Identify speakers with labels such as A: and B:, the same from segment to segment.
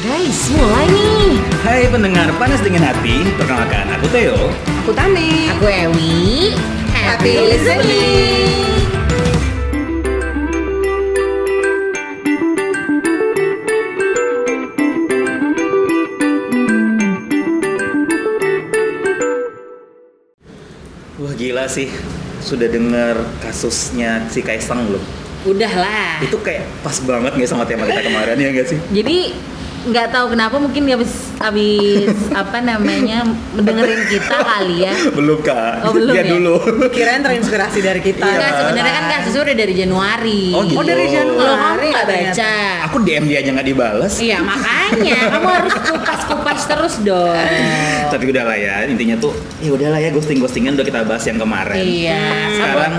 A: Guys, mulai nih.
B: Hai pendengar panas dengan hati, perkenalkan aku Theo.
C: Aku Tami.
A: Aku Ewi.
C: Happy listening.
B: Wah gila sih, sudah dengar kasusnya si Kaisang belum?
A: Udahlah.
B: Itu kayak pas banget nggak sama tema kita kemarin ya nggak sih?
A: Jadi nggak tahu kenapa mungkin dia habis habis apa namanya mendengerin kita kali ya.
B: Belum kak,
A: Oh, belum
B: Dia
A: ya?
B: dulu.
C: Kirain terinspirasi dari kita. gitu.
A: Enggak, sebenarnya kan kasusnya udah dari Januari.
B: Iya, Oh, gitu.
C: Oh dari Januari.
A: Lo kamu nggak baca?
B: aku DM dia aja nggak dibales.
A: Iya makanya kamu harus kupas-kupas terus dong. Iya.
B: Tapi udahlah ya, intinya tuh ya udahlah ya ghosting-ghostingan udah kita bahas yang kemarin.
A: Iya.
B: Sekarang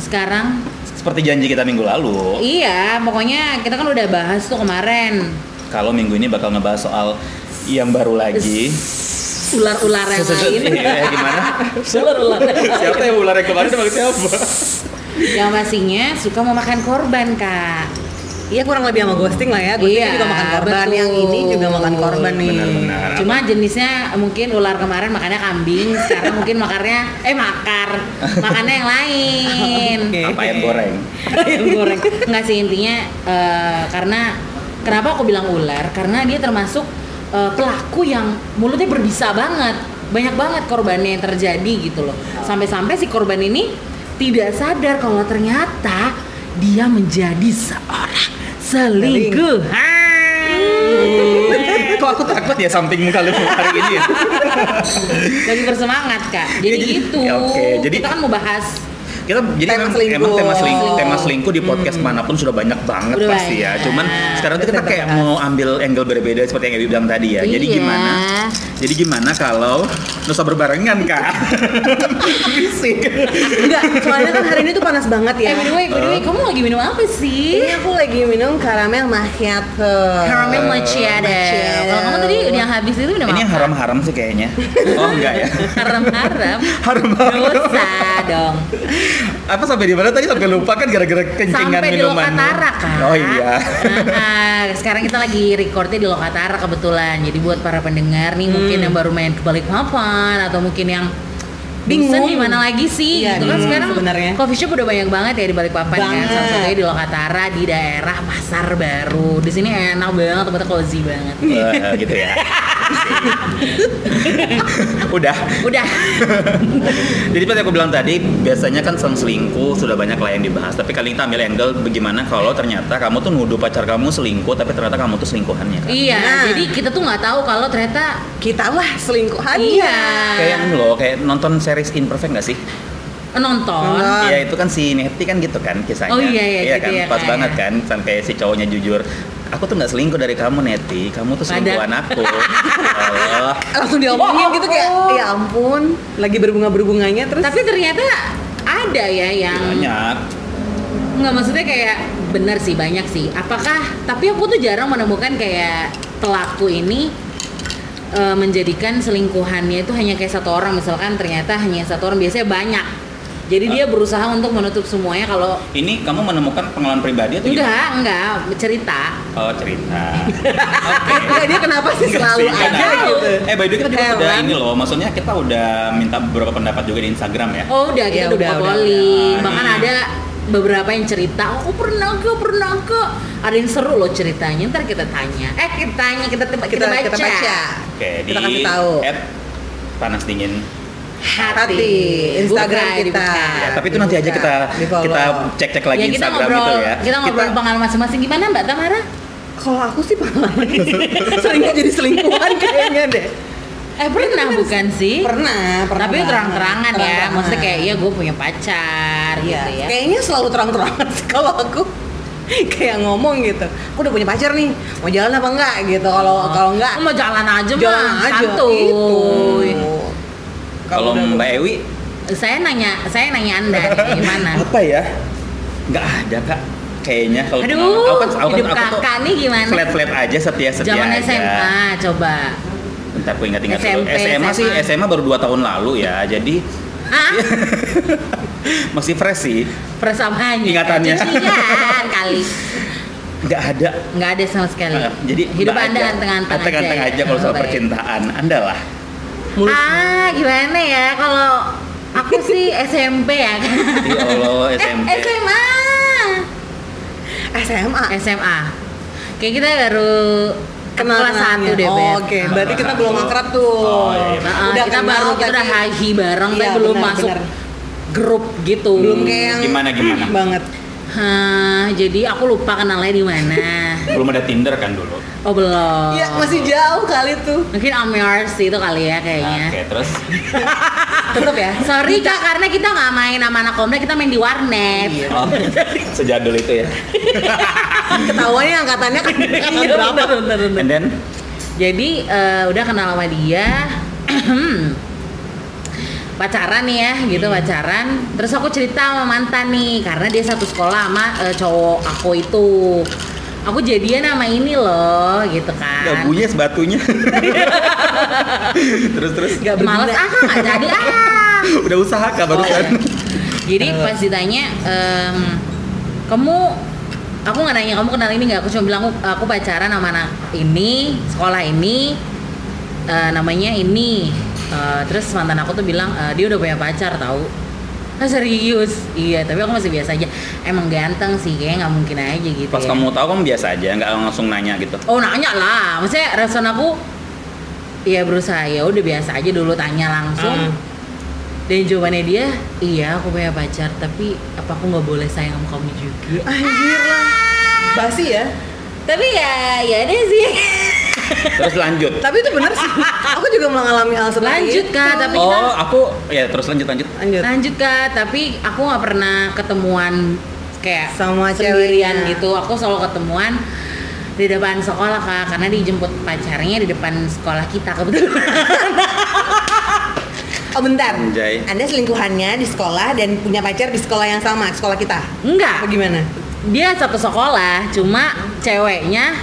A: Sekarang
B: seperti janji kita minggu lalu,
A: iya, pokoknya kita kan udah bahas tuh kemarin
B: kalau minggu ini bakal ngebahas soal yang baru lagi.
A: ular-ular yang lain
B: Iya, gimana?
A: Ular-ular.
B: Siapa yang ular yang kemarin sama siapa?
A: yang pastinya suka memakan korban kak.
C: Iya kurang lebih sama ghosting lah ya. Ghosting
A: Iya,
C: juga makan korban.
A: betul.
C: Yang ini juga makan korban nih.
B: Benar-benar.
A: Cuma jenisnya mungkin ular kemarin makannya kambing, sekarang mungkin makarnya eh makar, makannya yang lain.
C: Oke.
B: apa yang goreng
A: Ayam goreng. Enggak sih intinya eh, karena kenapa aku bilang ular? Karena dia termasuk eh, pelaku yang mulutnya berbisa banget. Banyak banget korbannya yang terjadi gitu loh. Sampai-sampai si korban ini tidak sadar kalau ternyata dia menjadi seorang selingkuhan.
B: kok aku takut ya sampingmu kalau hari ini ya?
A: Lebih bersemangat, Kak. Jadi
B: jadi-
A: itu.
B: ya oke, jadi-
A: kita kan mau bahas
B: kita jadi
C: Tema
B: emang,
C: selingkuh.
B: emang tema selingkuh tema selingkuh di podcast manapun sudah banyak banget
A: Udah
B: pasti ya
A: banyak.
B: cuman sekarang tuh kita kayak mau ambil angle berbeda seperti yang Ebi bilang tadi ya jadi
A: Iya.
B: gimana jadi gimana kalau nusa berbarengan kak berisik
C: Enggak, soalnya kan hari ini tuh panas banget
A: Eh,
C: ya.
A: by the way, by the way, kamu lagi minum apa sih?
C: Ini aku lagi minum karamel macchiato.
A: Caramel macchiato.
C: Eh, Macchiato.
A: Kalau kamu tadi yang habis itu minum
B: ini yang
A: apa?
B: haram-haram sih kayaknya oh enggak ya
A: Haram-haram.
B: haram-haram
A: Dosa dong.
B: apa sampai di mana tadi sampai lupa kan gara-gara kencingan
A: Sampai di
B: minuman
A: Lokatara kan.
B: oh iya
A: sekarang kita lagi recordnya di Lokatara kebetulan. Jadi buat para pendengar nih mungkin
C: Hmm.
A: yang baru main ke Balikpapan atau mungkin yang
C: Bingung.
A: Bingung di mana lagi sih?
C: Iya,
A: gitu kan
C: bingung
A: sekarang
C: sebenarnya.
A: coffee shop udah banyak banget ya di Balikpapan kan.
C: Banget.
A: Salah satunya di Lokatara di daerah Pasar Baru. Di sini enak banget, tempatnya cozy banget.
B: Wah, gitu ya udah
A: Udah.
B: Jadi seperti aku bilang tadi, biasanya kan sang selingkuh sudah banyak lah yang dibahas. Tapi kali ini kita ambil angle bagaimana kalau ternyata kamu tuh nuduh pacar kamu selingkuh, tapi ternyata kamu tuh selingkuhannya kan.
A: Iya,
C: Nah.
A: jadi kita tuh nggak tahu kalau ternyata
C: Kita lah selingkuhan.
A: iya
B: Kayak ini loh, kayak nonton series Imperfect nggak sih?
A: nonton.
C: Nonton.
B: Iya itu kan si Nehti kan gitu kan kisahnya.
A: Ah. Oh, iya, iya, gitu
B: kan,
A: ya,
B: pas
A: Kak,
B: banget
A: ya.
B: kan sampai si cowoknya jujur, aku tuh nggak selingkuh dari kamu Nehti, kamu tuh
A: Padahal-
B: selingkuhan aku. Allah.
C: Langsung
A: Iya,
C: diomongin gitu kayak, ya ampun, lagi berbunga-berbunganya terus.
A: Tapi ternyata ada ya yang
B: Banyak.
A: nggak maksudnya kayak benar sih banyak sih. Apakah tapi aku tuh jarang menemukan kayak pelaku ini eh, menjadikan selingkuhannya itu hanya kayak satu orang misalkan ternyata hanya satu orang biasanya banyak. Jadi dia berusaha untuk menutup semuanya kalau
B: Ini kamu menemukan pengalaman pribadi atau gimana?
A: enggak enggak cerita
B: Oh cerita.
C: Enggak, dia kenapa sih selalu
B: Enggak
C: ada
A: tahu.
C: gitu?
B: Eh by the way kita juga
C: Heran.
B: udah ini loh, maksudnya kita udah minta beberapa pendapat juga di Instagram ya.
A: Oh udah kita
C: Ya,
A: udah
C: udah, udah,
A: ngobrolin.
B: udah.
A: Bahkan
B: Hmm.
A: ada beberapa yang cerita, oh pernah ke, pernah ke. Ada yang seru loh ceritanya, ntar kita tanya. Eh kita tanya, kita kita, kita, baca.
C: kita baca.
B: Oke di
C: kita kasih tahu.
B: at panas dingin.
A: Hati.
C: Hati, Instagram
A: Bukan,
C: kita.
A: bukan.
B: Ya,
C: Ah,
B: tapi itu nanti aja
C: dibuka,
B: kita
C: di-follow.
B: kita cek cek lagi
A: Ya, kita
B: Instagram
A: ngobrol,
B: itu ya.
A: kita ngobrol pengalaman masing-masing gimana Mbak Tamara?
C: Kalau aku sih pengalaman seringnya jadi selingkuhan kayaknya deh.
A: Eh pernah bukan sih?
C: kan Pernah, pernah.
A: Tapi
C: banget.
A: terang-terangan ya,
C: Terang-terangan.
A: maksudnya kayak iya gue punya pacar
C: Iya.
A: gitu ya.
C: Kayaknya selalu terang-terangan sih kalau aku kayak ngomong gitu. Aku udah punya pacar nih, mau jalan apa enggak gitu. Kalau kalau enggak
A: Oh. mau jalan aja
C: jalan
A: mah,
C: aja.
A: santuy.
C: Itu.
B: Kalau
C: udah-
B: Mbak Ewi
C: Gitu.
A: Saya nanya, saya nanya Anda nih, gimana?
B: apa ya? Nggak ada kak. Kayaknya kalau kan,
A: Aduh,
B: pengalaman-
A: hidup kakak nih gimana?
B: flat flat aja setia setia
A: Zaman
B: aja.
A: SMA coba.
B: Bentar aku ingat ingat dulu.
A: SMP,
B: SMA, sih
A: SMA.
B: SMA baru 2 tahun lalu ya. Jadi
A: Hah?
B: Iya. masih fresh sih.
A: Persamaannya.
B: Ingatannya.
A: Cucian kali.
B: nggak ada
A: nggak ada sama sekali.
B: Nah, jadi
A: hidup
B: mbak
A: anda anteng-anteng aja.
B: anteng-anteng
A: ya?
B: aja kalau
A: Oh,
B: soal
A: baik.
B: percintaan anda lah
C: Mulus.
A: Ah, gimana ya kalau aku sih SMP ya kan.
B: ya allah SMP
A: Eh, SMA.
B: ya.
C: SMA.
A: SMA. Kayak kita baru
C: Kenal
A: kelas
C: kenalnya.
A: satu deh,
C: Oh,
A: Beb.
C: Oke, berarti kita belum akrab tuh.
B: Oh, iya, iya.
A: Nah,
C: Udah
A: kita
C: kenal,
A: baru kita
C: tapi
A: udah hahi bareng,
C: Iya,
A: tapi belum
C: benar,
A: masuk
C: benar.
A: grup gitu.
C: belum kayak yang
B: Gimana, gimana?
C: banget.
A: Hah, jadi aku lupa kenalnya di mana.
B: belum ada Tinder kan dulu
A: Oh belum.
C: Iya, masih jauh kali tuh.
A: Mungkin Om Yours itu kali ya kayaknya.
B: oke terus
C: Tetap ya.
A: Sorry kak, karena kita nggak main sama anak komplek, kita main di warnet.
C: Iya.
B: oh, sejadul itu ya
C: Ketahuannya Kan angkatannya kan angkatan berapa?
B: and then
A: Iya, Jadi eh, udah kenal sama dia. pacaran nih ya gitu pacaran terus aku cerita sama mantan nih karena dia satu sekolah sama eh, cowok aku itu aku jadian sama ini loh gitu kan
B: dagunya sebatunya terus terus
C: Gak
A: males
C: berguna.
A: ah Kak, nggak jadi ah
B: udah usaha kah barusan
A: Oh, Jadi pas ditanya, em, kamu, aku nggak nanya kamu kenal ini nggak? Aku cuma bilang aku, aku pacaran sama anak ini, sekolah ini, eh, namanya ini. Eh, terus mantan aku tuh bilang eh, dia udah punya pacar tahu? Ah serius? Iya, tapi aku masih biasa aja. Emang ganteng sih, kayaknya nggak mungkin aja gitu.
B: pas
A: ya.
B: kamu tahu kamu biasa aja nggak langsung nanya gitu
A: Oh nanya lah, maksudnya respon aku ya berusaha ya udah biasa aja dulu tanya langsung.
C: Hmm.
A: Dan jawabannya dia, iya aku punya pacar, tapi apa aku nggak boleh sayang sama kamu juga?
C: Anjir lah. Basi ya.
A: Tapi ya, ya deh sih.
B: terus lanjut
C: Tapi itu benar sih. Aku juga mengalami hal seperti
A: Lanjut,
C: itu.
A: Kak, tapi-
B: oh aku ya terus lanjut lanjut
C: lanjut.
A: Lanjut kak, tapi aku nggak pernah ketemuan kayak
C: Sama
A: sendirian
C: ceweknya.
A: gitu. Aku selalu ketemuan di depan sekolah kak, karena dijemput pacarnya di depan sekolah kita kebetulan.
C: Oh bentar.
B: Anjay.
C: Anda selingkuhannya di sekolah dan punya pacar di sekolah yang sama, sekolah kita.
A: Enggak.
C: Apa gimana?
A: dia satu sekolah cuma ceweknya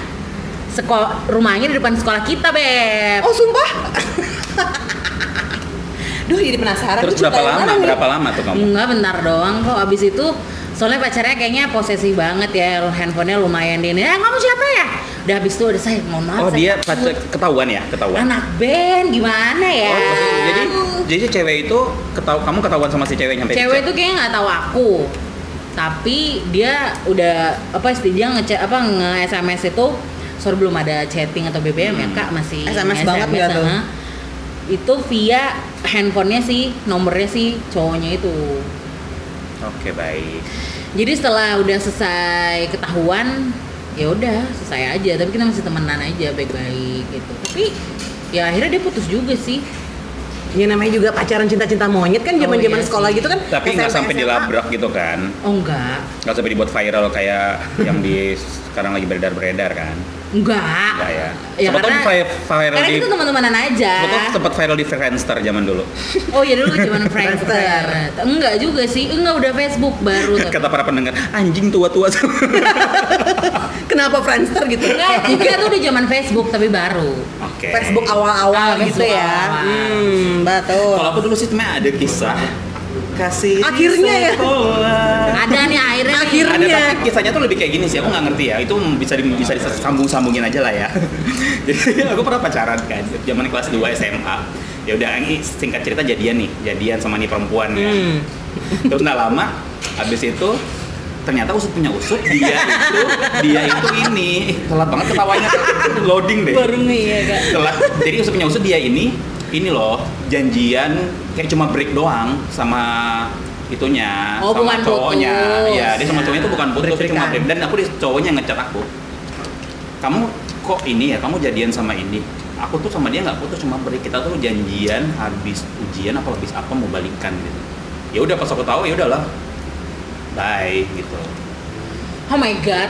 A: sekolah rumahnya di depan sekolah kita beb
C: Oh sumpah. Duh jadi penasaran.
B: terus
C: Tuh cerita
B: berapa
C: yang
B: lama
C: mana nih? Hmm,
B: berapa lama tuh kamu
A: enggak bentar doang kok abis itu soalnya pacarnya kayaknya posesif banget ya handphonenya lumayan dia ini eh kamu siapa ya udah abis itu udah saya mohon maaf
B: oh
A: saya
B: dia
A: takut."
B: pacar ketahuan ya ketahuan
A: anak band gimana ya
B: Oh, maksudnya- jadi jadi cewek itu ketau kamu ketahuan sama si cewek sampai
A: cewek
B: dicek.
A: itu kayaknya nggak tahu aku tapi dia udah apa sih dia nge apa nge sms itu sorry belum ada chatting atau bbm ya
B: Hmm.
A: kak masih
C: SMS banget nggak tuh?
A: aha. itu via handphonenya sih nomornya sih cowoknya itu
B: Oke baik.
A: jadi setelah udah selesai ketahuan ya udah selesai aja tapi kita masih temenan aja baik-baik gitu tapi ya akhirnya dia putus juga sih
C: Ya namanya juga pacaran cinta-cinta monyet kan
A: Oh,
C: zaman-zaman
A: iya
C: sekolah
A: sih.
C: gitu kan.
B: Tapi nggak
C: SMP,
B: sampai
C: SMA.
B: dilabrak gitu kan?
A: oh enggak
B: Nggak sampai dibuat viral kayak yang di sekarang lagi beredar beredar kan?
A: enggak
B: Nggak ya.
A: ya
B: Sempat tuh
A: karena
B: vi- viral
A: karena
B: di
A: kita teman-temanan aja
C: Ya.
B: sempat tuh sempat viral di Friendster zaman dulu.
A: Oh iya dulu zaman Friendster.
C: Friendster.
A: Enggak juga sih, enggak udah Facebook baru tapi.
B: Kata para pendengar, anjing tua-tua semua.
C: Kenapa Friendster gitu?
A: Enggak juga tuh udah zaman Facebook tapi baru.
B: Oke.
C: Facebook
A: Ah,
C: awal-awal gitu
A: Facebook
C: ya.
A: awal-awal.
C: Hmm, betul.
B: Kalau aku dulu sih cuma ada kisah kasih
C: Akhirnya ya.
A: Ada nih akhirnya. nih.
C: Akhirnya.
B: Ada tapi kisahnya tuh lebih kayak gini sih, aku nggak ngerti ya. Itu bisa di, bisa disambung-sambungin aja lah ya. Jadi aku pernah pacaran kan, zaman kelas 2 SMA. Ya udah ini singkat cerita jadian nih, jadian sama nih perempuan ya.
C: Hmm.
B: Terus nggak lama, habis itu ternyata usut punya usut dia itu dia itu ini Eh, telat banget ketawanya loading deh
C: Baru nih ya, Kak.
B: telat jadi usut punya usut dia ini ini loh janjian kayak cuma break doang sama itunya
A: Oh, bukan
B: sama cowoknya
A: putus. Iya.
B: ya dia sama cowoknya itu bukan putus dia cuma
C: Break-breakan.
B: break dan aku di cowoknya ngecat aku kamu kok ini ya kamu jadian sama ini aku tuh sama dia nggak putus cuma break kita tuh janjian habis ujian apa habis apa mau balikan gitu ya udah pas aku tahu ya udahlah bye gitu
A: Oh my god.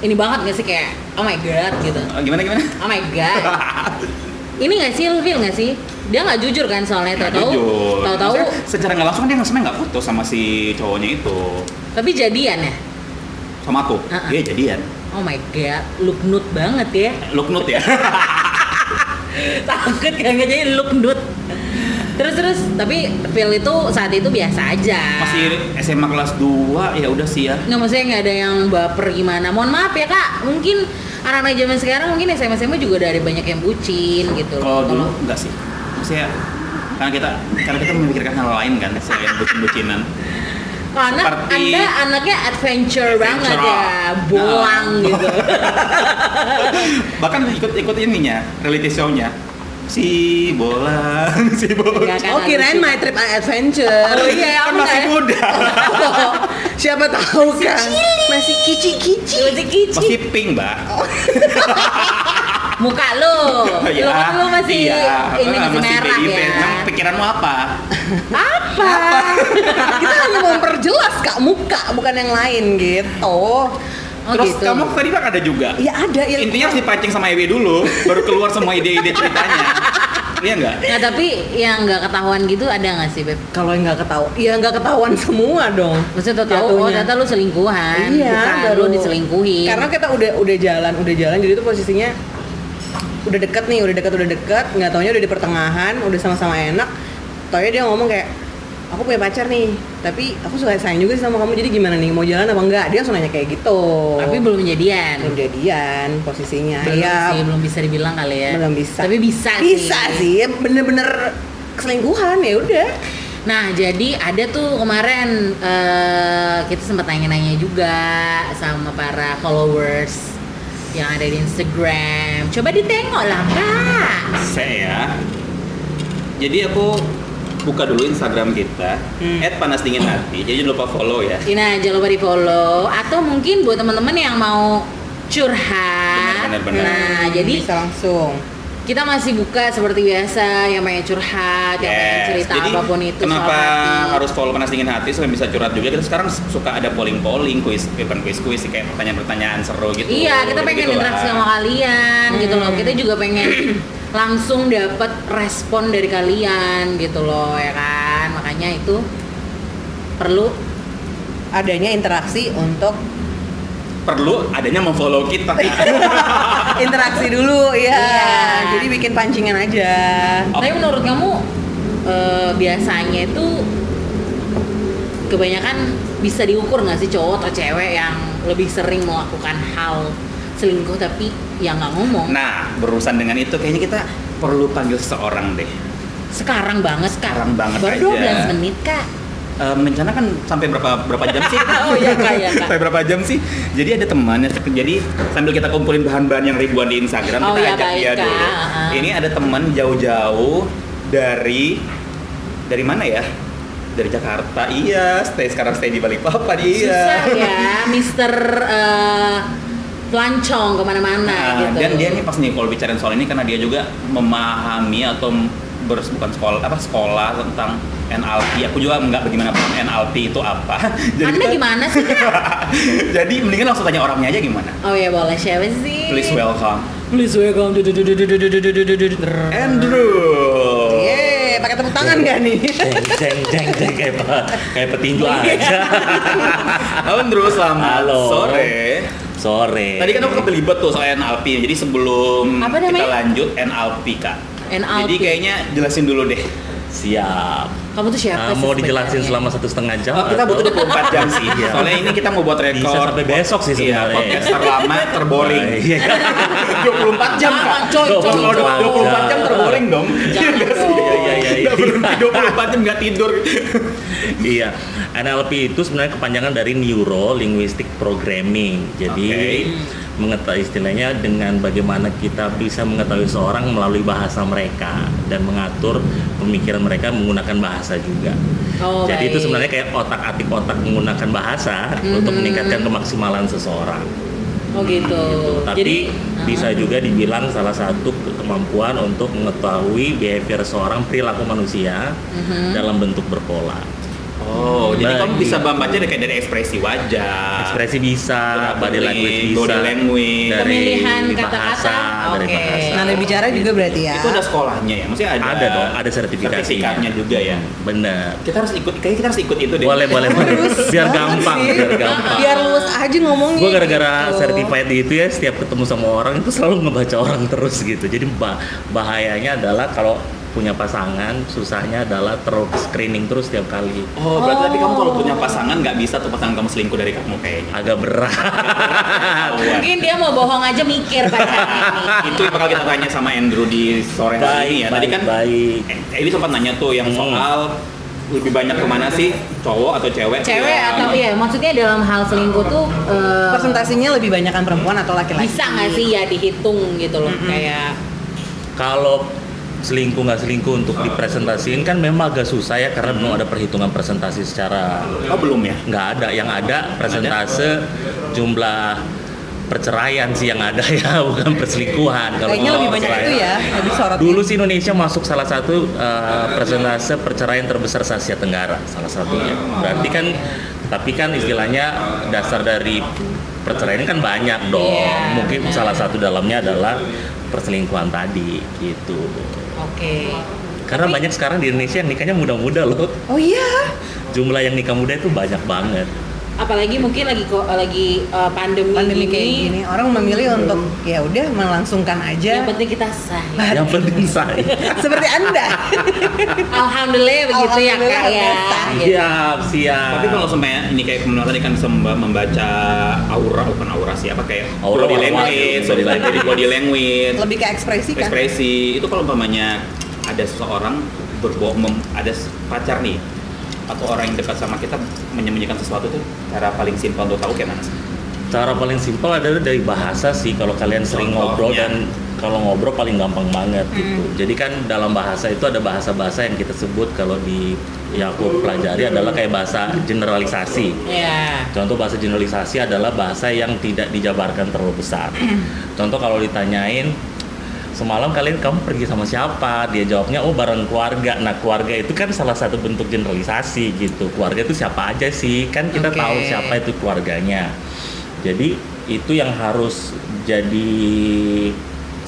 A: Ini banget gak sih kayak oh my god gitu.
B: Eh, gimana gimana
A: Oh my god. Ini gak sih lu feel gak sih? Dia gak jujur kan soalnya
B: Nggak
A: tahu-tahu.
B: jujur.
A: Tahu-tahu
B: Maksudnya secara nggak langsung dia nggak- sebenarnya nggak putus sama si cowoknya itu
A: tapi jadian ya.
B: sama aku
A: Ah, ah.
B: dia jadian
A: Oh my god, look nude banget ya.
B: look note ya
A: Takut kan nggak jadi look nude. terus terus tapi feel itu saat itu biasa aja
B: masih SMA kelas 2 ya udah sih ya
A: nggak maksudnya nggak ada yang baper gimana mohon maaf ya kak mungkin anak-anak zaman sekarang mungkin SMA SMA juga udah ada banyak yang bucin gitu
B: kalau dulu enggak sih maksudnya karena kita karena kita memikirkan hal lain kan selain bucin-bucinan
A: karena
B: seperti-
A: anda anaknya adventure, banget
B: Adventure.
A: ya bolang
B: Nah.
A: gitu
B: bahkan ikut-ikut ininya reality show-nya si bola si bola
A: Nggak akan
C: Oh
A: ada
C: kirain
A: sih.
C: my trip and adventure.
A: Iya.
C: ya?
A: Oh, iya,
B: kan
A: aku
B: masih
A: nggak-
B: muda
C: Siapa tahu kan? Masih kici-kici.
A: Masih kicik.
B: masih pink mbak
A: muka lu
B: Iya,
A: lu kan lu masih
B: iya,
A: ini
B: eh,
A: masih, merah
B: PDIP.
A: ya
B: Emang pikiranmu apa
A: apa
C: Kita hanya memperjelas kak muka bukan yang lain gitu.
A: Oh,
B: terus
A: gitu. Iya,
B: kamu tadi kan ada juga
C: Ya ada ya.
B: intinya harus dipancing sama Ewi dulu baru keluar semua ide-ide ceritanya iya enggak
A: Nah tapi yang nggak ketahuan gitu ada nggak sih Beb?
C: Kalau yang nggak ketahuan, ya nggak ketahuan semua dong.
A: Maksudnya tuh tahu, oh
C: Jatuhnya. Iya,
A: ternyata lu selingkuhan, bukan lu diselingkuhin.
C: Karena kita udah udah jalan, udah jalan jadi itu posisinya udah deket nih, udah deket, udah deket, nggak taunya udah di pertengahan, udah sama-sama enak. Taunya dia ngomong kayak aku punya pacar nih, tapi aku suka sayang juga sih sama kamu. Jadi gimana nih, mau jalan apa enggak? Dia langsung nanya kayak gitu.
A: tapi belum jadian.
C: belum jadian posisinya.
A: Belum
C: ya,
A: sih, belum bisa dibilang kali ya.
C: belum bisa.
A: Tapi bisa,
C: Bisa sih, ya bener-bener selingkuhan ya udah.
A: Nah, jadi ada tuh kemarin eh, kita sempat nanya-nanya juga sama para followers yang ada di Instagram. Coba ditengok lah, Kak.
B: saya jadi aku buka dulu Instagram kita
C: Hmm.
B: at panas dingin hati jadi jangan lupa follow ya
A: Ina, jangan lupa di follow. Atau mungkin buat teman-teman yang mau curhat.
B: Benar, benar, benar.
A: Nah, jadi
C: bisa langsung.
A: kita masih buka seperti biasa yang pengen curhat, yang pengen
B: Yes.
A: Iya, cerita
B: Jadi,
A: apapun itu soal
B: kenapa
A: hati.
B: harus follow panas dingin hati supaya bisa curhat juga kita sekarang suka ada polling polling kuis eh, bukan kuis kuis kayak pertanyaan pertanyaan seru gitu
A: Iya, kita
B: Gitu-gitu
A: pengen
B: lah.
A: interaksi sama kalian gitu loh. Kita juga pengen langsung dapat respon dari kalian gitu loh ya kan. Makanya itu perlu
C: Adanya interaksi untuk
B: perlu adanya memfollow kita
C: interaksi dulu ya.
A: Iya.
C: Jadi bikin pancingan aja.
B: Oh.
A: Tapi menurut kamu eh, biasanya itu kebanyakan bisa diukur nggak sih cowok atau cewek yang lebih sering melakukan hal selingkuh tapi yang nggak ngomong?
B: nah berurusan dengan itu kayaknya kita perlu panggil seseorang deh
A: Sekarang banget kak.
B: Sekarang banget
A: Baru
B: aja.
A: 12 menit kak.
B: Eh, rencana kan sampai berapa berapa jam sih?
A: Oh, iya, Kak, iya, Kak.
B: sampai berapa jam sih? Jadi ada temannya. Jadi sambil kita kumpulin bahan-bahan yang ribuan di Instagram
A: Oh,
B: kita
A: iya,
B: ajak
A: baik,
B: dia
A: Kak.
B: dulu.
A: Ah.
B: Ini ada teman jauh-jauh dari dari mana ya? Dari Jakarta. Iya, stay sekarang stay di Balikpapan. Iya.
A: Susah ya, Mister eh, pelancong kemana-mana
B: Nah,
A: gitu.
B: dan dia nih pas nih kalau bicara soal ini karena dia juga memahami atau bers- bukan sekolah apa sekolah tentang NLP. Aku juga nggak bagaimana paham NLP itu apa. kan
A: Anda
B: kita-
A: gimana sih? Kak?
B: Jadi mendingan langsung tanya orangnya aja gimana.
A: Oh ya boleh siapa sih?
B: Please welcome
A: Please welcome.
B: Andrew.
C: Yeay, pakai tepuk tangan gak nih?
D: jeng jeng jeng jeng kayak pe- kayak petinju
B: Iya.
D: aja
B: Halo Andrew, selamat
D: Halo.
B: sore.
D: sore
B: Tadi kan aku kebelibet tuh soal NLP. Jadi sebelum
A: Apa
B: kita
A: namanya?
B: lanjut NLP kak.
A: NLP.
B: Jadi kayaknya jelasin dulu deh.
D: siap
A: Kamu tuh siapa?
D: Ah,
A: sih
D: mau
A: sebenarnya?
D: dijelasin selama satu setengah jam
B: Oh, kita
D: atau-
B: butuh 24 jam sih.
D: Iya.
B: Soalnya ini kita mau buat rekor.
D: Bisa sampai besok
B: Iya,
D: sih sebenarnya.
B: podcast terlama terboring.
D: Iya kan?
B: 24 jam kak.
A: Ah, coy, Oh, coy,
B: Kalau
A: coy.
B: 24 jam terboring dong. Iya
A: Jangan
B: nggak sih?
A: dong.
D: Iya, iya, iya.
B: Nggak berhenti 24 jam nggak tidur.
D: Iya. NLP itu sebenarnya kepanjangan dari Neuro Linguistic Programming. Jadi
B: Oke.
D: mengetahui istilahnya dengan bagaimana kita bisa mengetahui seorang melalui bahasa mereka dan mengatur pemikiran mereka menggunakan bahasa juga.
A: Oh,
D: Jadi itu
A: baik.
D: sebenarnya kayak otak-atik otak menggunakan bahasa untuk
B: Mhm.
D: meningkatkan kemaksimalan seseorang.
A: Oh gitu.
D: Tapi
A: Jadi ah.
D: bisa juga dibilang salah satu kemampuan untuk mengetahui behavior seorang perilaku manusia
A: Mm-hmm.
D: dalam bentuk berpola.
B: Oh, jadi kamu
D: Bagi.
B: bisa membaca dari- kayak dari ekspresi wajah.
D: nah, iya. Ekspresi bisa,
B: Body
D: body language
B: language,
D: bisa,
B: body language.
D: dari
A: Pemilihan
D: bahasa,
A: kata-kata,
D: dari
A: oke.
D: bahasa.
C: Nada Nah, bicara juga berarti ya.
B: Itu ada sekolahnya ya? Maksudnya ada
D: Ada dong, ada sertifikasinya.
B: sertifikatnya juga ya.
D: Bener.
B: Kita harus ikut, kayaknya kita harus ikut itu deh.
D: Boleh, boleh, boleh. Biar gampang, biar gampang.
C: Biar luwes aja ngomongnya.
D: Gue gara-gara
C: gitu.
D: certified itu ya setiap ketemu sama orang itu selalu ngebaca orang terus gitu. Jadi bah- bahayanya adalah kalau punya pasangan susahnya adalah terus screening terus tiap kali
B: Oh, berarti tapi kamu kalau
A: Oh.
B: punya pasangan nggak bisa tuh pasangan kamu selingkuh dari kamu kayaknya.
D: agak berat
B: Ketahuan.
A: Mungkin dia mau bohong aja mikir pacarnya ini.
B: Itu yang bakal kita tanya sama Andrew di sore
D: Baik,
B: hari ini ya. Tadi
D: baik,
B: kan
D: baik.
B: eh, Eli sempat nanya tuh yang
D: Hmm.
B: soal lebih banyak kemana sih cowok atau cewek?
A: Cewek
B: yang-
A: atau iya, maksudnya dalam hal selingkuh tuh eh,
C: Persentasinya lebih banyakan perempuan atau laki-laki?
A: bisa nggak sih ya dihitung gitu loh kayak
D: kalau selingkuh nggak selingkuh untuk dipresentasiin kan memang agak susah ya karena belum ada perhitungan presentasi secara
B: Oh belum ya.
D: nggak ada yang ada presentase jumlah perceraian sih yang ada ya bukan perselingkuhan kalau
C: Kayaknya
D: ngomong
C: lebih banyak itu
D: perceraian.
C: ya, lebih sorot.
D: Dulu sih Indonesia masuk salah satu eh, persentase perceraian terbesar se Asia Tenggara salah satunya. Berarti kan tapi kan istilahnya dasar dari perceraian kan banyak dong.
A: Iya,
D: Mungkin
A: benar.
D: salah satu dalamnya adalah perselingkuhan tadi gitu.
A: oke
D: Karena
A: Tapi-
D: banyak sekarang di Indonesia yang nikahnya muda-muda loh.
C: Oh iya.
D: Jumlah yang nikah muda itu banyak banget.
A: apalagi mungkin lagi kok lagi eh, pandemi,
C: Pandemi kayak gini, orang memilih untuk ya udah melangsungkan
A: yang
D: Ya.
C: aja.
A: penting kita sah ya.
D: Yang penting saya.
C: Seperti Anda.
A: alhamdulillah begitu ya kak ya
C: Alhamdulillah, sah.
A: Gitu.
D: Siap, siap.
B: Tapi kalau semuanya ini kayak kemudian tadi kan semba membaca aura bukan aura sih apa kayak
D: Aura,
B: body
D: aura,
B: language,
D: aura.
B: sorry dari body language,
C: Lebih ke ekspresi kan?
B: ekspresi itu kalau umpamanya ada seseorang berbohong, mem- ada s- pacar nih atau orang yang dekat sama kita menyembunyikan sesuatu tuh cara paling simpel untuk tahu kayak mana sih?
D: Cara paling simpel adalah dari bahasa sih. Kalau kalian sering ngobrol
B: Contohnya.
D: dan kalau ngobrol paling gampang banget gitu. Jadi kan dalam bahasa itu ada bahasa-bahasa yang kita sebut kalau di yang aku pelajari adalah kayak bahasa generalisasi.
A: ya
D: Contoh bahasa generalisasi adalah bahasa yang tidak dijabarkan terlalu besar. Contoh kalau ditanyain semalam kalian kamu pergi sama siapa? Dia jawabnya oh bareng keluarga. Nah keluarga itu kan salah satu bentuk generalisasi gitu. Keluarga itu siapa aja sih? Kan kita
C: Oke.
D: tahu siapa itu keluarganya. Jadi itu yang harus jadi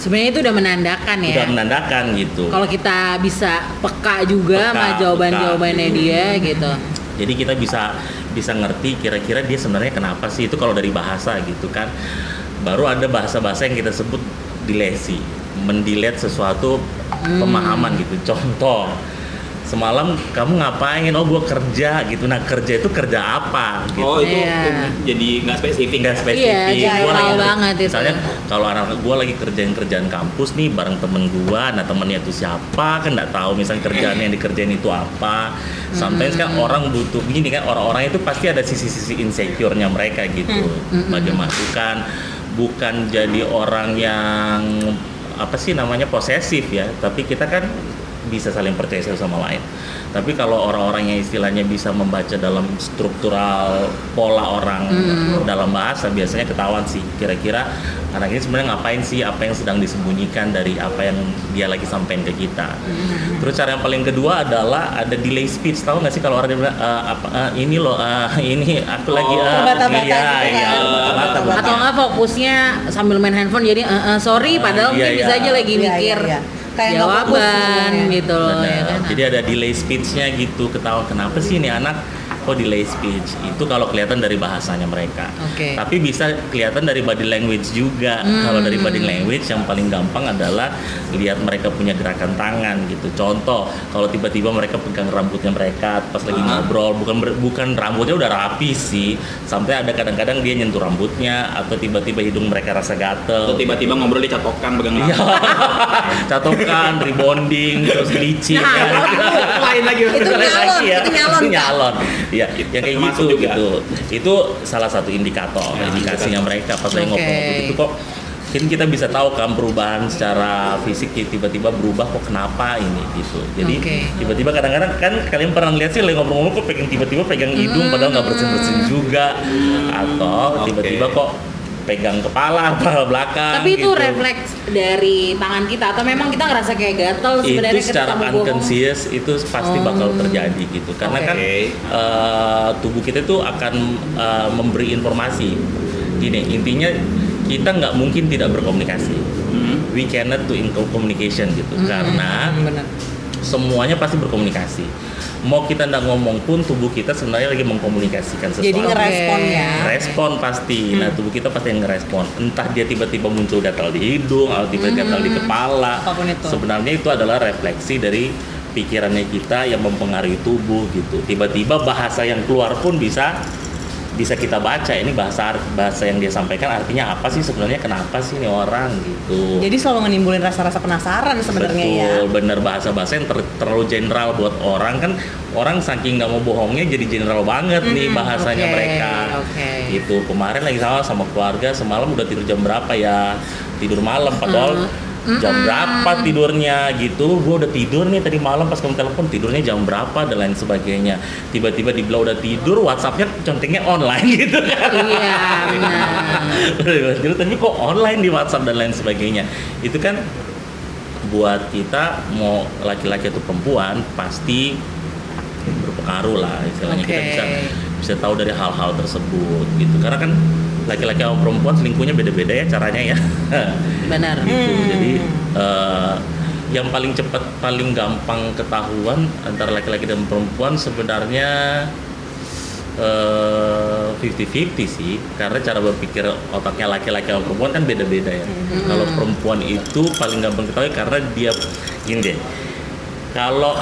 A: sebenarnya itu udah menandakan ya
D: udah menandakan gitu.
A: kalau kita bisa peka juga
D: Peka, Hmm.
A: sama jawaban-jawabannya
D: peka.
A: dia gitu
D: Jadi kita bisa bisa ngerti kira-kira dia sebenarnya kenapa sih itu kalau dari bahasa gitu kan. Baru ada bahasa-bahasa yang kita sebut dilesi, mendilet sesuatu pemahaman gitu. Contoh, semalam kamu ngapain? Oh, gua kerja gitu. Nah, kerja itu kerja apa gitu.
B: Oh itu
A: Iya.
B: jadi nggak spesifik
D: Tinggal spesifik.
A: Iya,
D: Gua
A: general
D: lagi-
A: banget itu.
D: Misalnya kalau anak gue lagi kerjain kerjaan kampus nih bareng temen gue, nah temennya itu siapa kan nggak tahu. Misalnya kerjaan yang dikerjain itu apa. Sometimes kan orang butuh gini kan orang-orang itu pasti ada sisi-sisi insecure-nya mereka gitu. Bagi masukan bukan jadi orang yang apa sih namanya posesif ya, tapi kita kan bisa saling percaya satu sama lain. Tapi kalau orang-orang yang istilahnya bisa membaca dalam struktural pola orang
C: Hmm.
D: dalam bahasa biasanya ketahuan sih kira-kira anak ini sebenarnya ngapain sih apa yang sedang disembunyikan dari apa yang dia lagi sampaikan ke kita.
C: Hmm.
D: Terus cara yang paling kedua adalah ada delay speech. Tahu nggak sih kalau orang dia bilang "Eh, apa eh, ini loh eh, ini aku lagi
B: Oh,
D: eh,
C: terbata-bata
D: iya,
C: gitu kan.
D: iya, terbata-bata,
C: Terbata-bata.
A: atau nggak fokusnya sambil main handphone jadi eh, eh, sorry
D: Ah,
A: padahal
D: iya,
A: mungkin bisa
D: iya.
A: aja lagi
C: Iya, iya,
A: mikir
C: iya. Kayak nggak fokus
A: jawaban
C: sebenarnya.
A: gitu loh ya
D: Benar.
A: kan
D: Jadi ada delay speech-nya gitu, ketawa kenapa sih ini anak kok delay speech? Itu kalau kelihatan dari bahasanya mereka.
A: Oke.
D: Tapi bisa kelihatan dari body language juga. Kalau dari body
A: Hmm.
D: language yang paling gampang adalah lihat mereka punya gerakan tangan gitu. Contoh, kalau tiba-tiba mereka pegang rambutnya mereka pas lagi ngobrol, bukan ber- bukan rambutnya udah rapi sih, sampai ada kadang-kadang dia nyentuh rambutnya atau tiba-tiba hidung mereka rasa gatel.
B: Atau tiba-tiba ngobrol dicatokan kan, pegang
D: Iya. Catokan, rebonding, terus licin.
A: Nah,
D: kan.
B: lain lagi
C: Itu
D: Lain
C: nyalon,
D: lagi ya.
C: itu nyalon, Kak.
D: nyalon. Iya, yang kayak gitu
B: Termasuk juga.
D: gitu. Itu salah satu indikator,
B: Ya,
D: indikasinya mereka pas lagi
A: Oke.
D: ngobrol gitu kok mungkin kita bisa tahu kan perubahan secara fisik ya, tiba-tiba berubah kok kenapa ini gitu jadi
A: Oke.
D: tiba-tiba kadang-kadang kan kalian pernah lihat sih lagi ngobrol-ngobrol kok pengen tiba-tiba pegang hidung
C: Hmm.
D: padahal nggak bersin-bersin juga atau
B: Oke.
D: tiba-tiba kok pegang kepala kepala belakang
A: Tapi itu
D: gitu.
A: refleks dari tangan kita atau memang kita ngerasa kayak gatel
D: itu
A: sebenarnya ketika
D: secara
A: mau bohong?
D: unconscious itu pasti bakal terjadi gitu karena
A: Oh. Oke.
D: kan eh, tubuh kita itu akan eh, memberi informasi gini intinya kita nggak mungkin
B: Hmm.
D: tidak berkomunikasi we cannot to in communication gitu karena
C: Hmm, benar.
D: semuanya pasti berkomunikasi mau kita nggak ngomong pun tubuh kita sebenarnya lagi mengkomunikasikan sesuatu
C: Jadi ngerespon ya. Hmm.
D: respon pasti nah tubuh kita pasti yang ngerespon entah dia tiba-tiba muncul gatal di hidung atau tiba-tiba gatal di
C: Hmm.
D: kepala
C: Apapun itu.
D: sebenarnya itu adalah refleksi dari pikirannya kita yang mempengaruhi tubuh gitu tiba-tiba bahasa yang keluar pun bisa bisa kita baca ini bahasa bahasa yang dia sampaikan artinya apa sih sebenarnya kenapa sih ini orang gitu
C: Jadi selalu ngenimbulin rasa-rasa penasaran sebenarnya ya.
D: Betul, bener bahasa-bahasa yang ter- terlalu general buat orang kan orang saking nggak mau bohongnya jadi general banget nih
A: Mm-mm,
D: bahasanya
A: oke,
D: mereka.
A: oke.
D: Gitu kemarin lagi sama sama keluarga semalam udah tidur jam berapa ya tidur malam padahal jam berapa tidurnya gitu gua udah tidur nih tadi malam pas kamu telepon tidurnya jam berapa dan lain sebagainya tiba-tiba dibilang udah tidur WhatsAppnya centengnya online gitu kan
A: iya benar
D: Dulu tapi kok online di WhatsApp dan lain sebagainya. Itu kan buat kita mau laki-laki atau perempuan pasti berpengaruh lah istilahnya kita
A: Oke.
D: bisa bisa tahu dari hal-hal tersebut gitu. Karena kan laki-laki sama perempuan selingkuhnya beda-beda ya caranya ya.
A: benar
D: gitu.
C: Hmm.
D: Jadi eh, yang paling cepat paling gampang ketahuan antara laki-laki dan perempuan sebenarnya eh, 50-50 sih karena cara berpikir otaknya laki-laki sama perempuan kan beda-beda ya kalau perempuan itu paling gampang ketahui karena dia gini deh kalau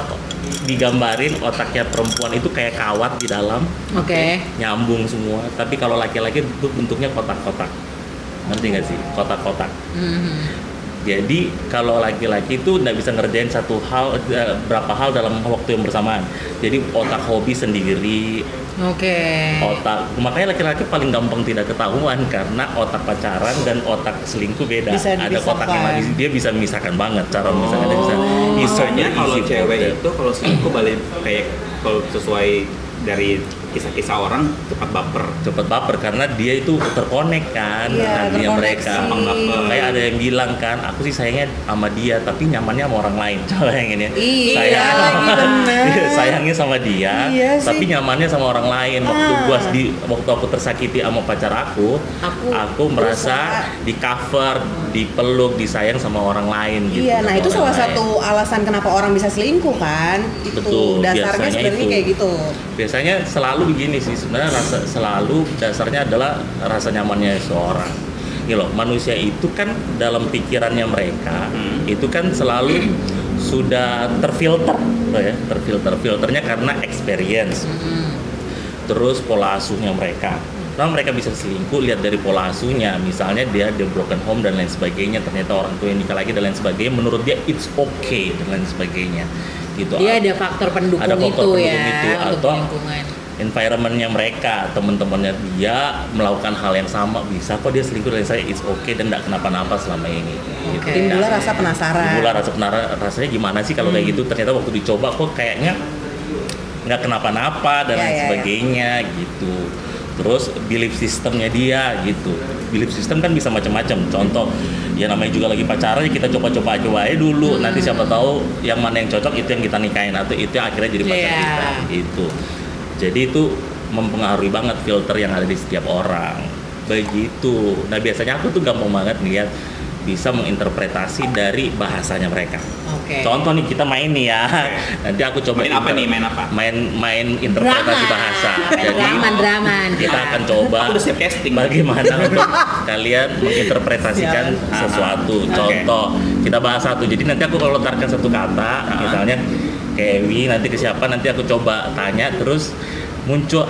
D: digambarin otaknya perempuan itu kayak kawat di dalam
A: oke
D: nyambung semua tapi kalau laki-laki itu bentuknya kotak-kotak ngerti nggak sih kotak-kotak
A: Mhm.
D: jadi kalau laki-laki itu nggak bisa ngerjain satu hal eh, berapa hal dalam waktu yang bersamaan jadi otak hobi sendiri
A: oke
D: otak makanya laki-laki paling gampang tidak ketahuan karena otak pacaran dan otak selingkuh beda
C: Bisa
D: ada kotak yang lagi
C: dipisahkan. Oh.
D: dia bisa memisahkan banget cara memisahkan dia bisa is
B: Misalnya
D: super
B: kalau
D: Oh. easy ya.
B: cewek
D: method.
B: itu kalau selingkuh balik kayak kalau sesuai dari kisah-kisah orang cepat baper.
D: cepat baper karena dia itu terkonek kan
C: Iya,
D: dengan dunia mereka
C: terkoneksi.
D: Gampang baper. kayak ada yang bilang kan aku sih sayangnya sama dia tapi nyamannya sama orang lain coba yang ini
C: Iya,
D: Sayang- Iya,
C: lagi bener.
D: sayangnya sama dia
C: Iya sih.
D: tapi nyamannya sama orang lain waktu
C: Ah.
D: gua di waktu aku tersakiti sama pacar aku
A: Aku
D: aku, merasa
C: berusaha.
D: di cover dipeluk disayang sama orang lain gitu
C: Iya,
D: sama
C: nah itu
D: orang
C: salah
D: lain.
C: satu alasan kenapa orang bisa selingkuh kan? Itu
D: Betul,
C: dasarnya
D: biasanya
C: sebenarnya
D: itu.
C: kayak gitu.
D: biasanya selalu begini sih sebenarnya rasa selalu dasarnya adalah rasa nyamannya seorang gitu loh manusia itu kan dalam pikirannya mereka
B: Hmm.
D: itu kan selalu sudah terfilter gitu ya terfilter filternya karena experience
A: Mhm.
D: terus pola asuhnya mereka karena mereka bisa selingkuh lihat dari pola asuhnya misalnya dia the broken home dan lain sebagainya ternyata orang tua yang nikah lagi dan lain sebagainya menurut dia it's okay dan lain sebagainya gitu
A: dia ada faktor pendukung
D: Ada faktor
A: itu ya
D: pendukung itu,
A: untuk
D: atau-
A: lingkungan
D: environmentnya mereka teman-temannya dia melakukan hal yang sama bisa kok dia selingkuh dari saya it's okay dan nggak kenapa-napa selama ini
A: Oke.
D: gitu.
C: Timbullah rasa penasaran. Hmm.
D: Gula rasa penara- rasanya gimana sih kalau kayak gitu ternyata waktu dicoba kok kayaknya nggak kenapa-napa
C: Ya,
D: dan lain
C: ya, ya.
D: sebagainya gitu terus belief sistemnya dia gitu belief system kan bisa macam-macam contoh ya namanya juga lagi pacaran ya kita coba-coba aja wae dulu nanti
C: Hmm.
D: siapa tahu yang mana yang cocok itu yang kita nikahin atau itu yang akhirnya jadi pacar
A: Iya.
D: kita itu jadi itu mempengaruhi banget filter yang ada di setiap orang begitu nah biasanya aku tuh gampang banget ngeliat bisa menginterpretasi dari bahasanya mereka
A: oke
D: contoh nih kita main nih ya nanti aku coba
B: Main apa
D: inter-
B: nih, main apa?
D: main main interpretasi bahasa jadi
A: drama drama
D: kita akan coba
B: Aku udah siap casting.
D: bagaimana untuk kalian menginterpretasikan
B: Siap.
D: sesuatu.
B: Ya. Ah. Oke.
D: Contoh, kita bahas satu. Jadi nanti aku kalau lontarkan satu kata,
B: Ah.
D: misalnya ke Ewi, nanti ke siapa, nanti aku coba tanya, terus muncul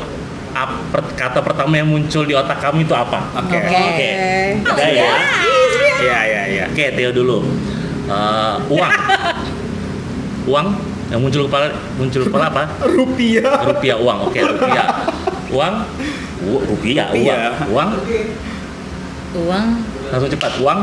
D: ap- per- kata pertama yang muncul di otak kamu itu apa?
B: Oke.
A: Oke.
D: Ada ya?
B: Iya iya iya.
D: Oke, Theo dulu. Eh, uang. uang yang muncul kepala muncul kepala apa?
B: Rupiah.
D: rupiah uang oke rupiah uang Wu- rupiah uang
B: Rupiah.
D: uang
A: uang
D: langsung cepat uang